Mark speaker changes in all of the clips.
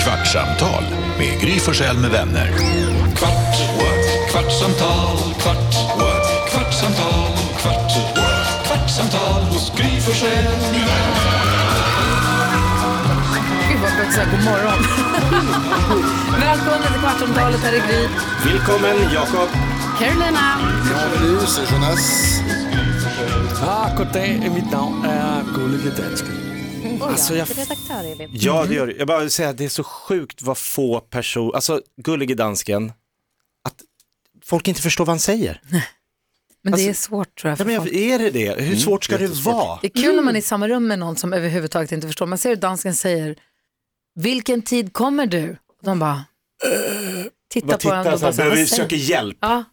Speaker 1: Kvartsamtal med Gry Forssell med vänner. Kvart, what? kvartsamtal, kvart, what? kvartsamtal, kvart, what? kvartsamtal hos Gry Forssell med vänner.
Speaker 2: Gud vad jag behöver säga god morgon. Välkommen till Kvartsamtalet, här är Gry.
Speaker 3: Välkommen Jakob.
Speaker 2: Carolina.
Speaker 4: Ah, god dag. Mitt namn är Gullige Dansken.
Speaker 5: Oh,
Speaker 4: Alltså,
Speaker 5: ja.
Speaker 4: jag-
Speaker 5: Redaktör är vi.
Speaker 3: Ja,
Speaker 2: Mm.
Speaker 3: det gör det. Jag bara vill säga att det är så sjukt vad få personer, alltså gullige dansken, att folk inte förstår vad han säger.
Speaker 2: Men det
Speaker 3: Alltså-
Speaker 2: är svårt tror jag. För
Speaker 3: Ja, men jag-
Speaker 2: folk.
Speaker 3: är det det? Hur svårt ska det vara? Mm.
Speaker 2: Det är kul när man är i samma rum med någon som överhuvudtaget inte förstår. Man ser hur dansken säger, vilken tid kommer du? Och de bara, titta
Speaker 3: Bara
Speaker 2: på
Speaker 3: titta
Speaker 2: varandra och
Speaker 3: så här,
Speaker 2: bara, så här,
Speaker 3: behöver vi
Speaker 2: vad säger
Speaker 3: söka hjälp?
Speaker 2: Ja.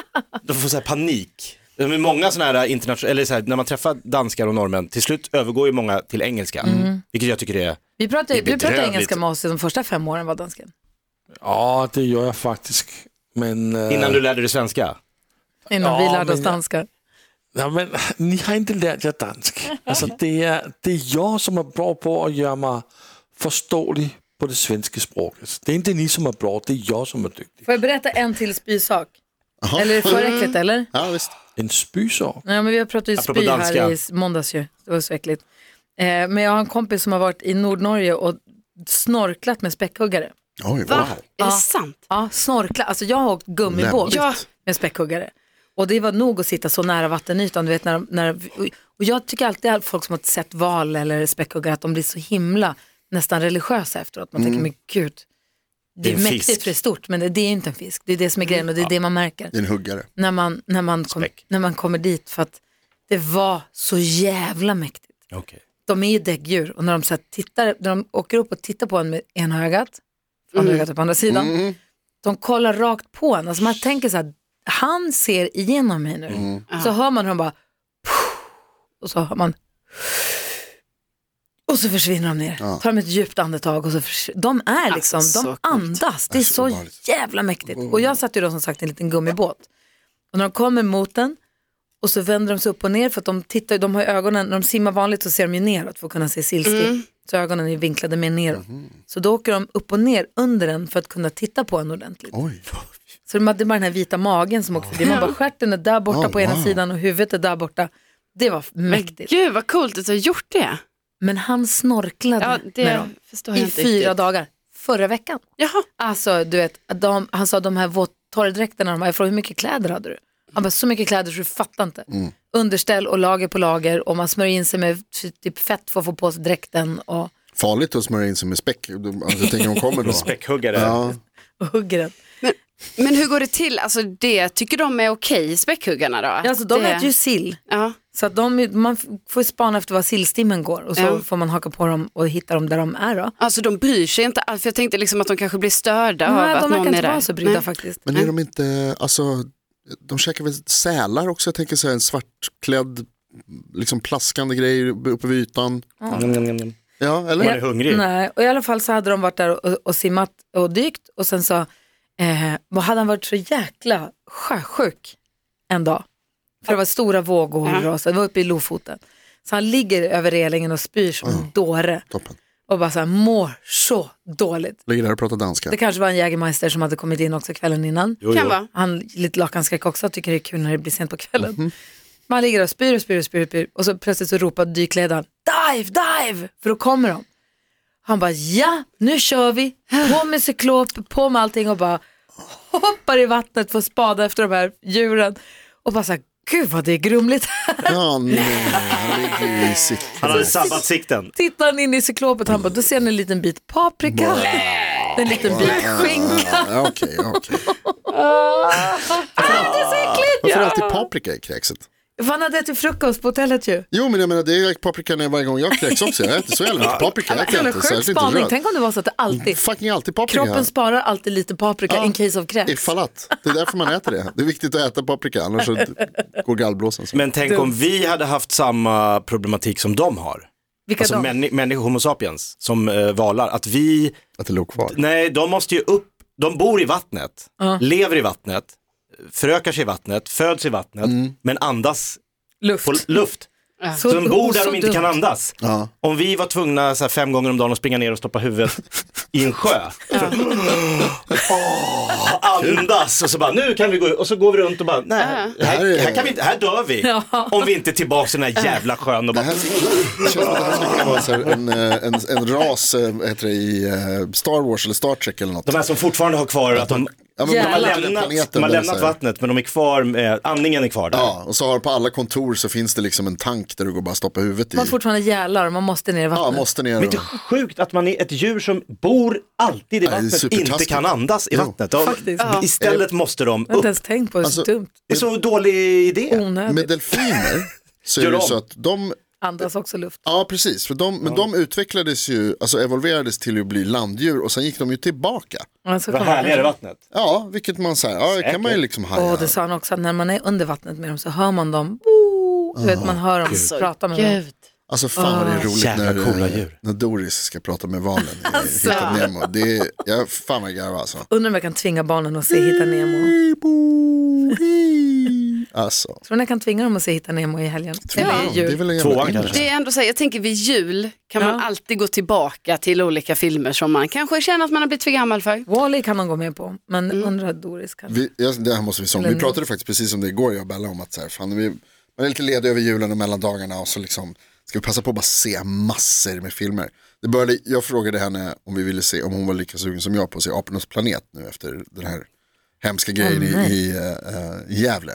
Speaker 3: De får så här panik. Det är många sådana här internationella, eller så här, när man träffar danskar och norrmän, till slut övergår ju många till engelska.
Speaker 2: Mm.
Speaker 3: Vilket jag tycker är,
Speaker 2: vi pratar,
Speaker 3: Det är
Speaker 2: du pratar
Speaker 3: bedrövligt.
Speaker 2: engelska med oss de första fem åren var dansken.
Speaker 4: Ja, det gör jag faktiskt. Men, eh,
Speaker 3: innan du lärde dig svenska.
Speaker 2: Innan
Speaker 4: Ja,
Speaker 2: vi lärde oss
Speaker 4: men jag-
Speaker 2: danska.
Speaker 4: nej, men, ni har inte lärt er dansk. Alltså, det, är, det är jag som är bra på att göra mig förståelig på det svenska språket. Det är inte ni som är bra, det är jag som är duktig.
Speaker 2: Får jag berätta en till spysak? Eller är det för
Speaker 3: Mm.
Speaker 2: äckligt eller?
Speaker 6: Ja, visst.
Speaker 4: En spysak.
Speaker 2: Ja, men vi pratade ju
Speaker 3: Apropå
Speaker 2: spy
Speaker 3: danska.
Speaker 2: här i måndags ju. Det var så äckligt. Eh, men jag har en kompis som har varit i Nordnorge och snorklat med späckhuggare.
Speaker 6: Oj,
Speaker 5: Va?
Speaker 6: wow.
Speaker 5: Är det sant?
Speaker 2: Ja, snorkla. Alltså jag har åkt gummibåt
Speaker 6: Lämpligt.
Speaker 5: Ja.
Speaker 2: med späckhuggare. Och det var nog att sitta så nära vattenytan. Du vet, när, de- när, och jag tycker alltid att folk som har sett val eller späckhuggare att de blir så himla nästan religiösa efteråt. Man
Speaker 6: Mm.
Speaker 2: tänker, men gud. Det
Speaker 3: Det
Speaker 2: är
Speaker 3: är en
Speaker 2: mäktigt
Speaker 3: fisk. Mm.
Speaker 2: för det är stort, men det, det är inte en fisk. Det är det som är grejen och det är det man märker
Speaker 6: Det är en huggare.
Speaker 2: när man, när, man kom,
Speaker 3: Späck.
Speaker 2: när man kommer dit för att det var så jävla mäktigt.
Speaker 3: Okay.
Speaker 2: De är ju däggdjur och när de, så här tittar, när de åker upp och tittar på en med ena ögat, andra ögat upp typ på andra sidan, de kollar rakt på en. Alltså man tänker så här, han ser igenom mig nu. Så hör man hur de bara, och så hör man, och så försvinner de ner. Tar de ett djupt andetag och så försvinner de. är liksom,
Speaker 5: Alltså,
Speaker 2: de
Speaker 5: så
Speaker 2: andas. Det är så
Speaker 6: obehagligt.
Speaker 2: jävla mäktigt. Och jag satt ju då som sagt i en liten gummibåt. Och när de kommer mot den och så vänder de sig upp och ner för att de tittar, ju- de har ju ögonen, när de simmar vanligt så ser de ju neråt för att kunna se silsigt.
Speaker 5: Mm.
Speaker 2: Så ögonen är vinklade mer neråt. Så då åker de upp och ner under den för att kunna titta på en ordentligt.
Speaker 6: Oj.
Speaker 2: Så det var det är bara den här vita magen som åker förbi. Man bara stjärten är där borta
Speaker 6: Oh,
Speaker 2: på ena
Speaker 6: wow.
Speaker 2: sidan och huvudet är där borta. Det var mäktigt.
Speaker 5: Gud vad coolt att du har gjort det.
Speaker 2: Men han snorklade
Speaker 5: Ja,
Speaker 2: med
Speaker 5: det
Speaker 2: dem
Speaker 5: förstår jag
Speaker 2: i
Speaker 5: inte
Speaker 2: fyra
Speaker 5: riktigt.
Speaker 2: dagar förra veckan.
Speaker 5: Jaha,
Speaker 2: Alltså, du vet, att de, han sa de här våt- torrdräkterna, de här, jag frågade hur mycket kläder hade du? Han bara, så mycket kläder så du fattar inte. Underställ och lager på lager och man smörjer in sig med f- typ fett för att få på sig dräkten och,
Speaker 6: Farligt att smörja in sig med späck. De- Alltså, jag tänker de kommer då.
Speaker 3: Späckhuggare.
Speaker 6: Ja.
Speaker 2: och hugger den.
Speaker 5: men hur går det till? Alltså det tycker de är okej, späckhuggarna då? Att eh,
Speaker 2: Alltså, de
Speaker 5: det...
Speaker 2: äter ju sill,
Speaker 5: Ja,
Speaker 2: så att de, man f- får ju spana efter var sillstimmen går och så
Speaker 5: Ja.
Speaker 2: får man haka på dem och hitta dem där de är då.
Speaker 5: alltså de bryr sig inte alls, för jag tänkte liksom att de kanske blir störda
Speaker 2: Nej,
Speaker 5: av att
Speaker 2: de verkar
Speaker 5: någon är
Speaker 2: inte
Speaker 5: där.
Speaker 2: vara så brydda
Speaker 5: Nej.
Speaker 2: faktiskt.
Speaker 6: Men är de inte, alltså, de käkar väl sälar också? Jag tänker så här, en svartklädd, liksom plaskande grej uppe vid ytan. Ja, eller?
Speaker 3: Man Mm. är hungrig.
Speaker 2: Nej, och i alla fall så hade de varit där och, och, och simmat och dykt och sen så eh, vad hade han varit så jäkla sjösjuk en dag. För det var stora vågor
Speaker 5: Ja.
Speaker 2: och så, det var uppe i Lofoten. Så han ligger över relingen och spyr som en dåre
Speaker 6: Toppen.
Speaker 2: och bara så här mår så dåligt.
Speaker 6: Ligger där och pratar danska.
Speaker 2: Det kanske var en jägermeister som hade kommit in också kvällen innan.
Speaker 3: Jo,
Speaker 5: Kan
Speaker 3: jo.
Speaker 5: vara.
Speaker 2: Han lite lakanskräck också, tycker det är kul när det blir sent på kvällen. Man ligger och spyr och spyr och spyr och spyr och så plötsligt så ropar dykledaren dive, dive, för då kommer de. Han bara ja, nu kör vi, på med cyklop, på med allting och bara hoppar i vattnet för att spada efter de här djuren. Och bara så här, gud vad det är grumligt här.
Speaker 6: Ja, nej, han ligger ju i sitt.
Speaker 3: Han hade sabbat sikten.
Speaker 2: Tittar han in i cyklopet, han bara, då ser han en liten bit paprika, en liten bit skinka.
Speaker 6: Ja, Okej, ja, okej.
Speaker 2: Det Ah. är så äckligt!
Speaker 6: Varför är det alltid paprika i kräkset?
Speaker 2: För han hade ätit frukost på hotellet ju.
Speaker 6: Jo, men jag menar det är paprika när varje gång jag kräks också. Jag äter så jävla mycket paprika. Jag äter
Speaker 2: Jävla
Speaker 6: inte,
Speaker 2: sjuk
Speaker 6: särskilt inte
Speaker 2: spaning,
Speaker 6: röd.
Speaker 2: tänk om det var så att det alltid
Speaker 6: Fucking alltid paprika.
Speaker 2: Kroppen sparar alltid lite paprika in case of kräks.
Speaker 6: Ifall att. Det är därför man äter det. Det är viktigt att äta paprika, annars så går gallblåsan. Så.
Speaker 3: Men tänk om vi hade haft samma problematik som de har.
Speaker 2: Vilka
Speaker 3: Alltså
Speaker 2: då?
Speaker 3: männi- människor, homo sapiens, som eh, valar. Att vi,
Speaker 6: Att det låg kvar.
Speaker 3: nej de måste ju upp, de bor i vattnet, lever i vattnet, förökar sig i vattnet, föds i vattnet, men andas
Speaker 2: Luft.
Speaker 3: på l- luft. Så de bor där
Speaker 2: så
Speaker 3: de inte kan
Speaker 2: dumt.
Speaker 3: andas.
Speaker 6: Ja.
Speaker 3: Om vi var tvungna så här, fem gånger om dagen att springa ner och stoppa huvudet i en sjö. Så, Åh, andas och så bara, nu kan vi gå och så går vi runt och bara, nej, här, här, kan vi, inte- här dör vi. Om vi inte är tillbaka i den här jävla sjön och bara,
Speaker 6: Det känns som att det här skulle kunna vara så här en, eh, en, en ras eh, vad heter det, i eh, Star Wars eller Star Trek eller något.
Speaker 3: de här som fortfarande har kvar att de,
Speaker 6: Ja, men
Speaker 3: de har
Speaker 2: Jävlar.
Speaker 3: lämnat,
Speaker 6: planeten
Speaker 3: de har
Speaker 6: där,
Speaker 3: lämnat
Speaker 6: så här.
Speaker 3: vattnet men de är kvar, med, andningen är kvar där.
Speaker 6: Ja, och så har på alla kontor så finns det liksom en tank där du går bara stoppa huvudet i.
Speaker 2: Man har fortfarande gälar och man måste ner i
Speaker 6: Ja,
Speaker 2: vattnet.
Speaker 6: måste ner.
Speaker 3: Men det är
Speaker 6: och-
Speaker 3: inte sjukt att man är ett djur som bor alltid i
Speaker 6: det är
Speaker 3: vattnet, inte
Speaker 6: supertaskigt.
Speaker 3: kan andas i
Speaker 6: Jo.
Speaker 3: vattnet. De,
Speaker 2: Faktiskt.
Speaker 3: Istället måste de
Speaker 2: jag har
Speaker 3: upp.
Speaker 2: inte ens tänkt på det, så
Speaker 6: Alltså,
Speaker 2: dumt.
Speaker 3: Det är så dålig idé.
Speaker 2: Onödigt.
Speaker 6: Med delfiner så är
Speaker 3: Gör
Speaker 6: det ju
Speaker 3: om.
Speaker 6: så att de
Speaker 2: Andas också luft.
Speaker 6: Ja, precis. För de, men de utvecklades ju, alltså evolverades till att bli landdjur och sen gick de ju tillbaka.
Speaker 2: Alltså,
Speaker 3: Vad härligare vattnet.
Speaker 6: Ja, vilket man säger, ja, det kan man ju liksom haja.
Speaker 2: Och det sa han också, att när man är under vattnet med dem så hör man dem. "Boo!" Du vet, man hör dem prata med dem.
Speaker 5: Gud.
Speaker 6: Alltså fan vad det är roligt
Speaker 3: Jävla
Speaker 6: när,
Speaker 3: coola djur.
Speaker 6: när Doris ska prata med valen i Hitta Nemo. Det är, jag, fan vad jag garvar alltså.
Speaker 2: Undrar om jag kan tvinga barnen att se Hitta Nemo.
Speaker 6: Alltså,
Speaker 2: Tror ni jag kan tvinga dem att se Hitta Nemo i helgen?
Speaker 6: ja.
Speaker 2: Eller i
Speaker 6: det är
Speaker 2: jul?
Speaker 6: väl en
Speaker 3: Tvåan
Speaker 6: jävla
Speaker 3: kanske.
Speaker 5: Det är ändå så här, jag tänker vid jul kan man
Speaker 2: Ja.
Speaker 5: alltid gå tillbaka till olika filmer som man kanske känner att man har blivit för gammal för.
Speaker 2: Wall-E kan man gå med på, men undrar Doris kanske.
Speaker 6: Mm. vi, ja, det här måste vi sång. Vi pratade faktiskt precis om det igår jag och Bella om att så här, fan, vi, man är lite ledig över julen och mellandagarna och så liksom ska vi passa på att bara se massor med filmer. Det började, jag frågade henne om vi ville se, om hon var lika sugen som jag på att se Apornas planet nu efter den här hemska grejen i, i eh, i Gävle.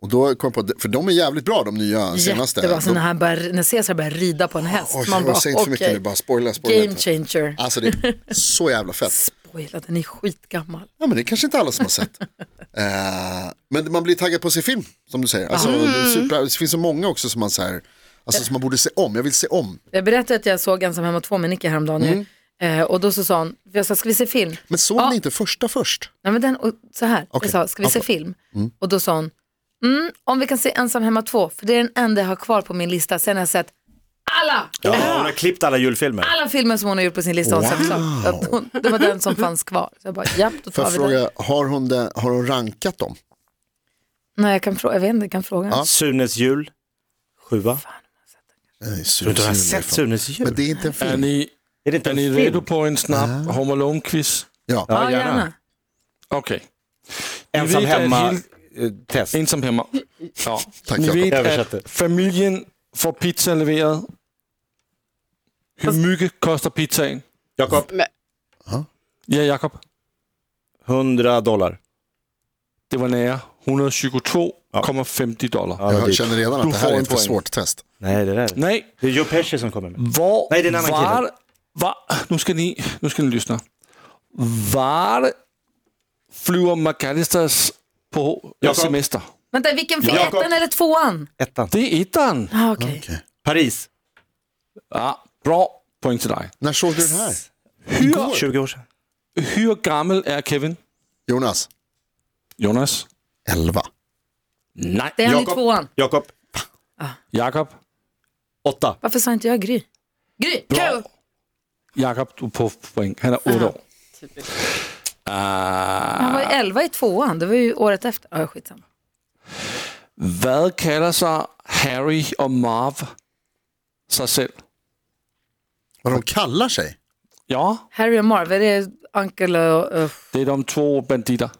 Speaker 6: Och då kom jag på, att- för de är jävligt bra de nya senaste.
Speaker 2: Jättebra, så
Speaker 6: De-
Speaker 2: när, han börjar, när Caesar börjar rida på en häst.
Speaker 6: Oj,
Speaker 2: man
Speaker 6: oj,
Speaker 2: bara,
Speaker 6: säg inte för mycket
Speaker 2: okej.
Speaker 6: nu, bara spoila, spoila
Speaker 2: Game
Speaker 6: inte.
Speaker 2: changer.
Speaker 6: Alltså det är så jävla fett.
Speaker 2: Spoila, den är skitgammal.
Speaker 6: Ja, men det är kanske inte alla som har sett. Eh, men man blir taggad på att se film, som du säger.
Speaker 2: Mm.
Speaker 6: Alltså, det, är super, det finns så många också som man, så här, alltså, som man borde se om. Jag vill se om.
Speaker 2: Jag berättade att jag såg Ensam hemma 2 med Nicky häromdagen. ju.
Speaker 6: Mm.
Speaker 2: Eh, och då så sa hon, jag sa, ska vi se film?
Speaker 6: Men såg
Speaker 2: Ja.
Speaker 6: ni inte första först?
Speaker 2: Nej, men den, och så här,
Speaker 6: Okej.
Speaker 2: jag sa, ska vi se
Speaker 6: Ja, för-
Speaker 2: film? Och då sa hon, mm, om vi kan se Ensam hemma 2, för det är den enda jag har kvar på min lista. Sen har jag sett alla,
Speaker 3: Ja, hon har klippt alla julfilmer.
Speaker 2: alla filmer som hon har gjort på sin lista. Wow. Så att hon, det var den som fanns kvar. Så jag bara, japp, då tar
Speaker 6: Får jag
Speaker 2: vi den.
Speaker 6: fråga, har hon, det, har hon rankat dem?
Speaker 2: Nej, jag kan fråga, jag vet inte, jag kan fråga.
Speaker 6: Ja.
Speaker 3: Sunes jul, sjua.
Speaker 6: Nej,
Speaker 3: Du har inte sett Sunes jul?
Speaker 6: Men det är inte en
Speaker 4: Er
Speaker 6: film.
Speaker 4: ni,
Speaker 3: Är det inte
Speaker 4: er
Speaker 3: en
Speaker 4: ni redo
Speaker 3: film?
Speaker 4: på en snabb Home Alone-quiz?
Speaker 6: Ja.
Speaker 2: Ja, gärna.
Speaker 4: Okej.
Speaker 3: Ensam
Speaker 4: Vi vet,
Speaker 3: hemma,
Speaker 4: att
Speaker 3: eh, test.
Speaker 4: Ensam hemma. Ja.
Speaker 6: Tack,
Speaker 4: Ni
Speaker 6: Jakob.
Speaker 4: vet
Speaker 3: Översätter.
Speaker 4: att familjen får pizza levereret. Hur mycket kostar pizzaen?
Speaker 3: Jakob,
Speaker 4: Ja, Jakob.
Speaker 3: 100 dollar.
Speaker 4: Det var nära. 122,50 dollar.
Speaker 3: Ja, det är
Speaker 6: Jag
Speaker 3: dyrt.
Speaker 6: känner redan att
Speaker 4: Du får
Speaker 6: det här är
Speaker 4: en
Speaker 6: ett för
Speaker 4: poäng.
Speaker 6: svårt test.
Speaker 3: Nej, det där.
Speaker 4: Nej,
Speaker 3: Det är Joe Pesci som kommer med.
Speaker 4: Var,
Speaker 3: Nej, det är en annan
Speaker 4: var,
Speaker 3: kille.
Speaker 4: Var, nu, ska ni, nu ska ni lyssna. Var flyger McAllisters på
Speaker 3: Jakob.
Speaker 4: semester?
Speaker 2: Vänta, vilken film?
Speaker 3: Jakob.
Speaker 2: Ettan eller tvåan?
Speaker 3: Ettan.
Speaker 4: Det är ettan.
Speaker 2: Ah, okej.
Speaker 3: Paris,
Speaker 4: Ja, bra poäng till dig.
Speaker 6: När såg du den här?
Speaker 4: Hur,
Speaker 3: 20 år sedan.
Speaker 4: hur gammal är Kevin?
Speaker 6: Jonas?
Speaker 4: Jonas?
Speaker 6: 11.
Speaker 4: Nej.
Speaker 2: Det är han i
Speaker 3: Jakob.
Speaker 2: tvåan.
Speaker 3: Jakob,
Speaker 4: Jakob?
Speaker 3: 8.
Speaker 2: Varför sa inte jag Gry? Gry!
Speaker 4: Bra. Jakob, du på poäng. Han är åtta år.
Speaker 2: Han
Speaker 6: Ah.
Speaker 2: var ju 11 i tvåan, det var ju året efter. Ja, skitsamma.
Speaker 4: Vad kallar sig Harry och Marv sig själv?
Speaker 6: Vad de kallar sig?
Speaker 4: Ja,
Speaker 2: Harry och Marv, är det Uncle och... Uh,
Speaker 4: det är de två banditer.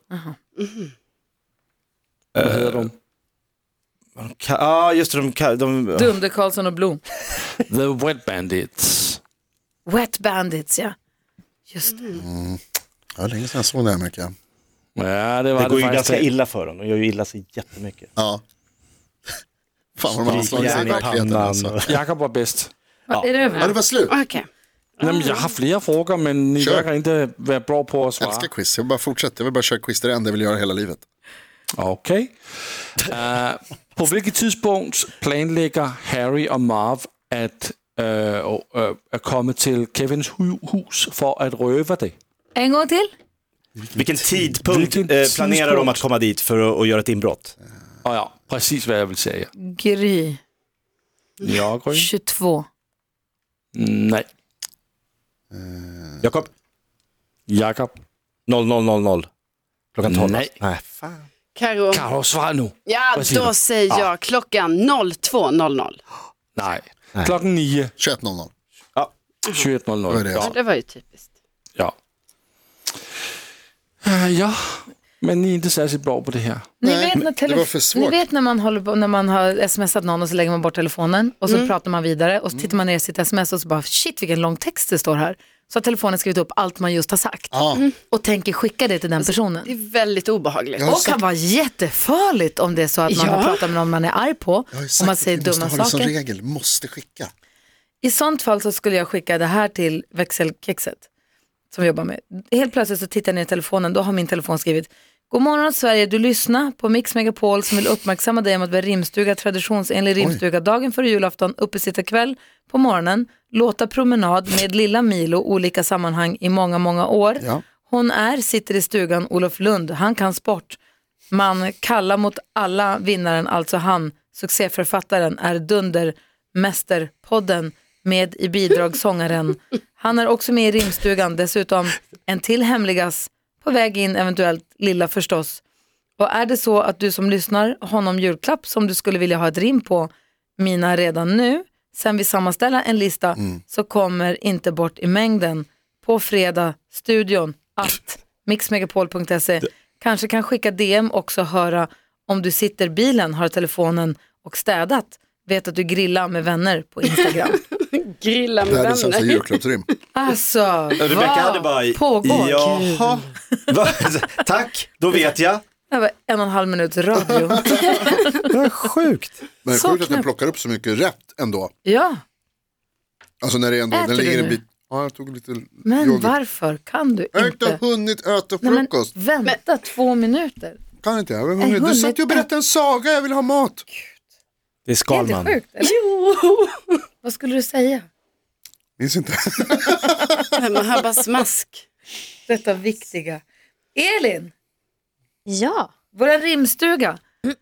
Speaker 4: Vad heter de?
Speaker 3: Ja, ah, just det. De, ka- de, de,
Speaker 2: Dunder Karlsson och Blom.
Speaker 4: The Wet Bandits.
Speaker 2: Wet Bandits, ja. Just
Speaker 6: Mm.
Speaker 2: det.
Speaker 6: Ja, det är länge sedan jag såg det här mycket.
Speaker 4: Ja, det var
Speaker 3: det
Speaker 4: det,
Speaker 3: går ju
Speaker 4: faktiskt.
Speaker 3: ganska illa för dem. De gör ju illa sig jättemycket.
Speaker 6: Ja. Fan vad de har slagit sig i
Speaker 3: Järn i
Speaker 6: verkligheten
Speaker 3: pannan
Speaker 6: alltså.
Speaker 3: och-
Speaker 4: Jakob var bäst.
Speaker 2: Är det
Speaker 6: Ja, det
Speaker 2: över?
Speaker 6: var slut.
Speaker 5: Okej.
Speaker 4: Jamen, jag har flera frågor, men ni
Speaker 6: Kör.
Speaker 4: verkar inte vara bra på att
Speaker 6: Jag
Speaker 4: svara.
Speaker 6: älskar quiz, jag vill bara fortsätta, jag vill bara köra quiz, det är det enda jag vill göra hela livet.
Speaker 4: Okej. Eh, på vilket tidspunkt planlägger Harry och Marv att eh, eh, att komma till Kevins hu- hus för att röva det?
Speaker 2: En gång till?
Speaker 3: Vilken tidpunkt
Speaker 4: Vilken
Speaker 3: eh, planerar de
Speaker 4: tidpunkt?
Speaker 3: att komma dit för att, att göra ett inbrott?
Speaker 4: Och ja, precis vad jag vill säga.
Speaker 2: Gry,
Speaker 4: Ja, Gry?
Speaker 2: 22.
Speaker 4: Mm, Nej.
Speaker 3: Jakob?
Speaker 4: Jakob?
Speaker 3: 00.00. Klockan 12.
Speaker 4: Nej.
Speaker 3: Nej.
Speaker 5: Karo.
Speaker 4: Karo, svara nu.
Speaker 5: Ja,
Speaker 4: Vad säger
Speaker 5: då
Speaker 4: du?
Speaker 5: säger jag klockan 02.00.
Speaker 4: Nej. Klockan nio,
Speaker 6: 21.00.
Speaker 4: 21.00.
Speaker 6: Vad är det?
Speaker 4: Ja.
Speaker 5: Det var ju typiskt.
Speaker 4: Ja. Eh, ja, men ni är inte särskilt bra på det här.
Speaker 2: Ni
Speaker 6: Nej,
Speaker 2: vet, när
Speaker 6: men det
Speaker 2: tele-
Speaker 6: var för
Speaker 2: ni
Speaker 6: svårt.
Speaker 2: vet när man, håller på, när man har smsat någon och så lägger man bort telefonen och
Speaker 6: Mm.
Speaker 2: så pratar man vidare och så tittar man ner i sitt sms och så bara shit vilken lång text det står här. Så har telefonen skrivit upp allt man just har sagt
Speaker 6: Ja. Alltså,
Speaker 2: och tänker skicka det till den personen.
Speaker 5: Det är väldigt obehagligt.
Speaker 6: Ja. har
Speaker 2: Och
Speaker 6: sagt-
Speaker 2: kan vara jättefarligt om det är så att man
Speaker 5: Ja.
Speaker 2: har pratat med någon man är arg på och
Speaker 6: Jag har ju
Speaker 2: man
Speaker 6: sagt
Speaker 2: säger
Speaker 6: att vi måste
Speaker 2: dumma
Speaker 6: ha det som
Speaker 2: saker.
Speaker 6: regel, måste skicka.
Speaker 2: I sånt fall så skulle jag skicka det här till växelkexet som vi jobbar med. Helt plötsligt så tittar jag ner i telefonen, då har min telefon skrivit God morgon Sverige, du lyssnar på Mix Megapol som vill uppmärksamma dig om att vi har rimstuga traditionsenlig rimstuga dagen före julafton, uppesittarkväll på morgonen, låta promenad med lilla Milo olika sammanhang i många, många år.
Speaker 6: Ja.
Speaker 2: Hon är, sitter i stugan, Olof Lund, han kan sport. Man kallar mot alla vinnaren, alltså han, succéförfattaren, är dundermästerpodden med i bidragssångaren. Han är också med i rimstugan, dessutom en till hemligas, på väg in eventuellt, lilla förstås. Och är det så att du som lyssnar har någon julklapp som du skulle vilja ha ett rim på, mina redan nu, sen vi sammanställer en lista, så kommer inte bort i mängden på fredag, studion, att mixmegapol.se. Kanske kan skicka DM också och höra om du sitter i bilen, har telefonen och städat, vet att du grillar med vänner på Instagram.
Speaker 5: Grilla
Speaker 6: Det här är det
Speaker 5: med
Speaker 6: sämsta
Speaker 5: vänner.
Speaker 6: julklappsrim.
Speaker 2: alltså,
Speaker 3: Rebecka hade bara,
Speaker 2: pågår?
Speaker 3: jaha, Va? tack, då vet jag.
Speaker 2: Det här var en och en halv minut radio.
Speaker 3: Det är sjukt.
Speaker 6: Men det är
Speaker 2: Så
Speaker 6: sjukt att den
Speaker 2: knäppt.
Speaker 6: plockar upp så mycket rätt ändå.
Speaker 2: ja,
Speaker 6: Alltså när det ändå,
Speaker 2: Äter
Speaker 6: den
Speaker 2: du
Speaker 6: ligger
Speaker 2: nu?
Speaker 6: en bit. Ja, jag tog lite
Speaker 2: men
Speaker 6: yoghurt.
Speaker 2: varför kan du
Speaker 6: Jag har inte
Speaker 2: inte?
Speaker 6: hunnit äta
Speaker 2: Nej, men,
Speaker 6: frukost.
Speaker 2: vänta två minuter.
Speaker 6: Kan inte jag. jag. har
Speaker 2: Nej,
Speaker 6: hunnit. Du
Speaker 2: hunnit
Speaker 6: satt ju och berättade en saga, jag vill ha mat.
Speaker 3: Det är
Speaker 2: Det är inte
Speaker 3: Skalman.
Speaker 2: sjukt, eller? Vad skulle du säga?
Speaker 6: Minns inte.
Speaker 5: Man hör bara smask.
Speaker 2: Detta viktiga. Elin,
Speaker 7: Ja.
Speaker 2: vår rimstuga.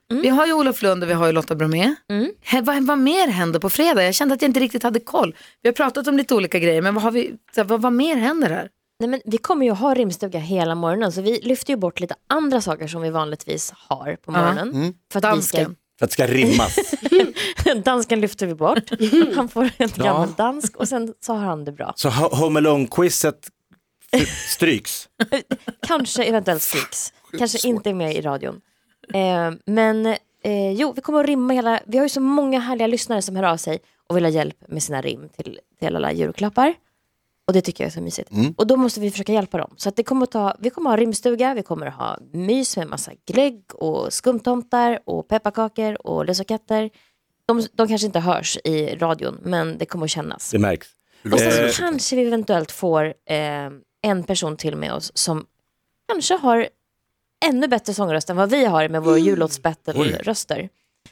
Speaker 2: Vi har ju Olof Lund och vi har ju Lotta Bromé.
Speaker 7: Mm.
Speaker 2: He- Vad, vad mer händer på fredag? Jag kände att jag inte riktigt hade koll. Vi har pratat om lite olika grejer, men vad, har vi, så här, vad, vad mer händer här?
Speaker 7: Nej, men vi kommer ju ha rimstuga hela morgonen så vi lyfter ju bort lite andra saker som vi vanligtvis har på morgonen. För att
Speaker 2: Dansken.
Speaker 3: För att det ska rimmas.
Speaker 7: Vi ska, dansken lyfter vi bort. Han får en gammal dansk och sen så har han det bra.
Speaker 3: Så Ho- Home Alone-quizet stryks.
Speaker 7: Kanske eventuellt Strix. Kanske inte är med i radion. Eh, men eh, jo, vi kommer att rimma hela... Vi har ju så många härliga lyssnare som hör av sig och vill ha hjälp med sina rim till, till alla julklappar. Och det tycker jag är så mysigt. Och då måste vi försöka hjälpa dem. Så att det kommer att ta, vi kommer att ha rimstuga, vi kommer att ha mys med massa glögg och skumtomtar och pepparkakor och lösakatter. De, de kanske inte hörs i radion, men det kommer att kännas.
Speaker 3: Det märks.
Speaker 7: Och sen
Speaker 6: Eh,
Speaker 7: så kanske vi eventuellt får eh, en person till med oss som kanske har ännu bättre sångröst än vad vi har med
Speaker 6: Mm.
Speaker 7: vår jullåtsbattle-röster.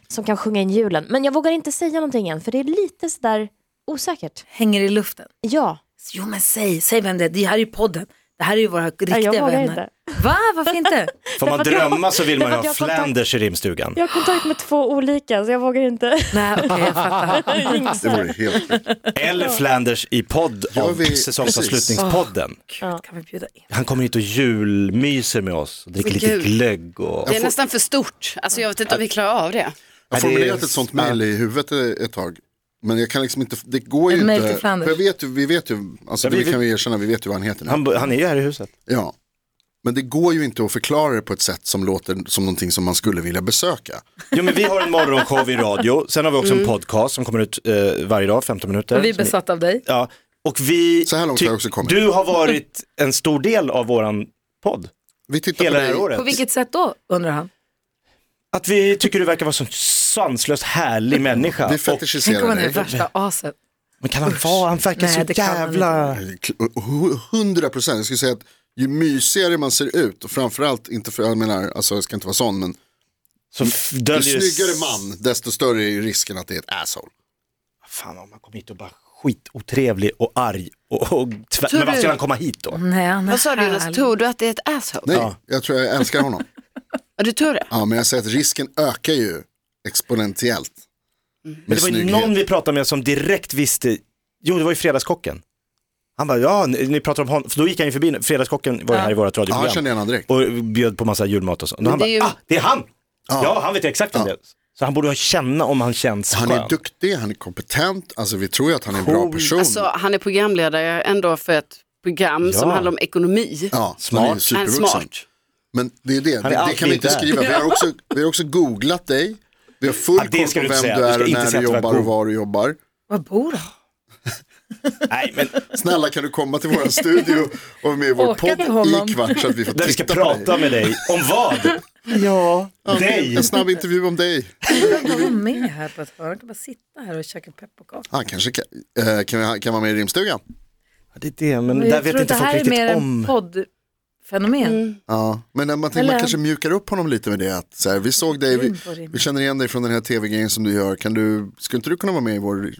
Speaker 7: Som kan sjunga in julen. Men jag vågar inte säga någonting än för det är lite sådär osäkert.
Speaker 2: Hänger i luften.
Speaker 7: Ja,
Speaker 2: Jo men säg, säg vem det är. Det här är ju podden. Det här är ju våra riktiga
Speaker 7: jag vågar
Speaker 2: vänner.
Speaker 7: inte.
Speaker 2: Va, varför inte?
Speaker 3: Får man
Speaker 7: Därför att jag-
Speaker 3: drömma så vill man
Speaker 7: därför
Speaker 3: ju
Speaker 7: att
Speaker 3: ha
Speaker 7: jag har kontakt-
Speaker 3: Flanders i rimstugan.
Speaker 7: jag har kontakt med två olika så jag vågar inte
Speaker 2: Nej, okej, jag fattar.
Speaker 6: Det
Speaker 7: jinxa.
Speaker 6: vore helt sjukt.
Speaker 3: Eller Flanders i podd
Speaker 6: Gör
Speaker 3: av
Speaker 6: vi-
Speaker 3: säsongsavslutningspodden.
Speaker 2: Gud, kan vi bjuda in?
Speaker 3: Han kommer hit och julmyser med oss och dricker
Speaker 5: Men
Speaker 3: lite
Speaker 5: gud.
Speaker 3: glögg. Och...
Speaker 5: Det är nästan för stort. Alltså jag vet inte om vi klarar av det.
Speaker 6: Jag har
Speaker 3: Ja, det är-
Speaker 6: formulerat ett sånt mejl i huvudet ett tag. Men jag kan liksom inte, det går ju
Speaker 2: Ett
Speaker 6: inte.
Speaker 2: mejl till Flanders.
Speaker 6: För jag vet ju, vi vet ju, alltså
Speaker 3: Ja, vi-
Speaker 6: det kan vi erkänna, vi vet ju vad han heter. nu.
Speaker 3: Han, bo- han är ju här i huset.
Speaker 6: Ja. Men det går ju inte att förklara det på ett sätt som låter som någonting som man skulle vilja besöka.
Speaker 3: Jo, men vi har en morgonshow i radio, sen har vi också en podcast som kommer ut eh, varje dag, 15 minuter.
Speaker 2: Mm. Och vi är
Speaker 3: Som
Speaker 2: besatta av dig.
Speaker 3: Ja, och vi...
Speaker 6: Så här långt
Speaker 3: ty-
Speaker 6: har jag också kommit.
Speaker 3: Du har varit en stor del av våran podd
Speaker 6: Vi tittar
Speaker 3: hela
Speaker 6: på
Speaker 3: det här
Speaker 6: dig.
Speaker 3: året.
Speaker 2: På vilket sätt då, undrar han.
Speaker 3: Att vi tycker du verkar vara en sanslöst härlig människa.
Speaker 6: Vi
Speaker 3: Och,
Speaker 2: Tänk om
Speaker 6: fetischiserar
Speaker 2: han är
Speaker 6: dig.
Speaker 2: värsta aset.
Speaker 3: men kan han vara, han verkar
Speaker 2: Nej, det
Speaker 3: så
Speaker 2: kan han
Speaker 3: jävla...
Speaker 6: Hundra procent, jag skulle säga att ju mysigare man ser ut och framförallt, inte för, jag menar, alltså jag ska inte vara sån, men
Speaker 3: Så f-
Speaker 6: ju
Speaker 3: döljer
Speaker 6: snyggare man, desto större är risken att det är ett asshole.
Speaker 3: Fan om han kommer hit och bara skitotrevlig och arg och, och tvär...
Speaker 2: Tror
Speaker 3: Men vad
Speaker 2: du-
Speaker 3: ska han komma hit då?
Speaker 2: Nej, han är
Speaker 5: Vad sa du Jonas?
Speaker 2: härlig.
Speaker 5: Tror du att det är ett asshole?
Speaker 6: Nej, jag tror jag älskar honom.
Speaker 5: Ja, du tror det?
Speaker 6: Ja, men jag säger att risken ökar ju exponentiellt.
Speaker 3: Mm. Men det var ju någon vi pratade med som direkt visste, jo det var ju Fredagskocken. Han bara, ja ni, ni pratar om honom, för då gick han ju förbi, Fredagskocken var ju här i vårt
Speaker 6: Ja,
Speaker 3: radioprogram.
Speaker 6: jag kände igen honom direkt.
Speaker 3: och bjöd på massa julmat och så. Då han
Speaker 5: det
Speaker 3: bara,
Speaker 5: är ju-
Speaker 3: ah, det är han! Ja,
Speaker 6: Ja.
Speaker 3: han vet ju exakt vem
Speaker 6: Ja.
Speaker 3: det är. Så han borde ha känna om han känns
Speaker 6: Han
Speaker 3: skön.
Speaker 6: är duktig, han är kompetent, alltså vi tror ju att han är en bra person.
Speaker 5: Alltså han är programledare ändå för ett program som
Speaker 3: Ja.
Speaker 5: handlar om ekonomi.
Speaker 6: Ja,
Speaker 3: Smart.
Speaker 6: Han är ju
Speaker 5: Han är
Speaker 6: supervuxen.
Speaker 5: smart.
Speaker 6: Men det är det,
Speaker 3: är
Speaker 6: det, det kan
Speaker 3: alltid
Speaker 6: vi inte
Speaker 3: där.
Speaker 6: skriva. Vi har också, vi har också googlat dig. Vi har full
Speaker 3: Ja, det
Speaker 6: koll
Speaker 3: ska
Speaker 6: på
Speaker 3: du inte säga.
Speaker 6: vem du
Speaker 3: Du
Speaker 6: är
Speaker 3: ska
Speaker 6: och
Speaker 3: inte
Speaker 6: när
Speaker 3: säga
Speaker 6: du
Speaker 3: att du var
Speaker 6: jobbar och
Speaker 3: god.
Speaker 6: var du jobbar.
Speaker 2: Var bor han?
Speaker 3: Nej, men
Speaker 6: Snälla kan du komma till vår studio och vara med i vår
Speaker 2: Åka till
Speaker 6: podd
Speaker 2: honom.
Speaker 6: i kvart så att vi får
Speaker 3: där vi ska
Speaker 6: titta på
Speaker 3: prata med dig. Om vad?
Speaker 4: Ja.
Speaker 6: Ja,
Speaker 3: dig.
Speaker 6: En snabb intervju om dig.
Speaker 2: Han kan vara med här på ett hörn. Han kan bara sitta här och käka pepparkakor.
Speaker 6: Han kanske kan, eh, kan, vi- kan vara med i rimstugan.
Speaker 3: Det är det, men
Speaker 2: Jag
Speaker 3: där vet
Speaker 2: tror
Speaker 3: inte
Speaker 2: det
Speaker 3: folk
Speaker 2: här är mer
Speaker 3: riktigt
Speaker 2: en
Speaker 3: om.
Speaker 2: poddfenomen.
Speaker 5: Mm.
Speaker 6: Ja, men när man, tänker, man
Speaker 2: Eller-
Speaker 6: kanske mjukar upp honom lite med det. Att, så här, vi såg dig, vi, vi känner igen dig från den här tv-grejen som du gör. Kan du, skulle inte du kunna vara med i vår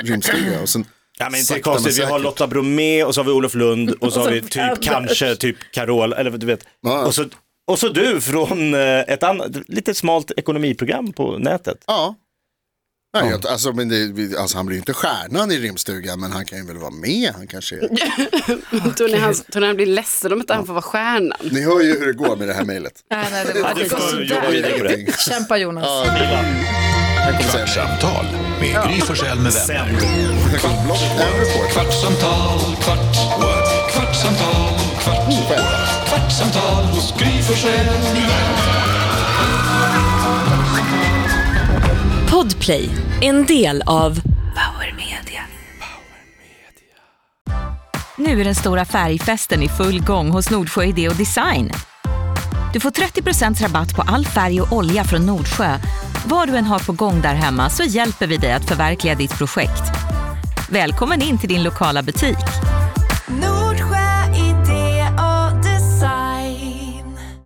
Speaker 6: rimstuga? Och sen,
Speaker 3: Ja, men inte
Speaker 6: sakta
Speaker 3: konstigt. Vi har
Speaker 6: säkert.
Speaker 3: Lotta Bromé och så har vi Olof Lund och så har vi typ
Speaker 2: Anders.
Speaker 3: kanske typ Carol, eller du vet.
Speaker 6: Ja.
Speaker 3: Och så, och så du från eh, ett annat, lite smalt ekonomiprogram på nätet.
Speaker 6: Ja. Nej, jag, alltså, men det, vi- alltså, han blir ju inte stjärnan i rimstugan, men han kan ju väl vara med. Han kanske är.
Speaker 5: Tror ni han, tror ni han blir ledsen om inte han får vara stjärnan?
Speaker 6: Ni hör ju hur det går med det här mejlet.
Speaker 2: Nej, nej, det var
Speaker 3: Ja, du får
Speaker 2: skit.
Speaker 3: jobba vidare på det.
Speaker 6: Ingenting.
Speaker 2: Kämpa Jonas.
Speaker 6: Jag kommer säga nej.
Speaker 1: Kvartsamtal med Gry Forssell med vänner.
Speaker 6: Jag kommer blocka även på
Speaker 1: Kvartsamtal, kvart, what? kvartsamtal, kvart, what? kvartsamtal hos Gry Forssell med vänner.
Speaker 8: Podplay, en del av Power Media. Nu är den stora färgfesten i full gång hos Nordsjö Idé och Design. Du får 30 rabatt på all färg och olja från Nordsjö. Vad du än har på gång där hemma så hjälper vi dig att förverkliga ditt projekt. Välkommen in till din lokala butik.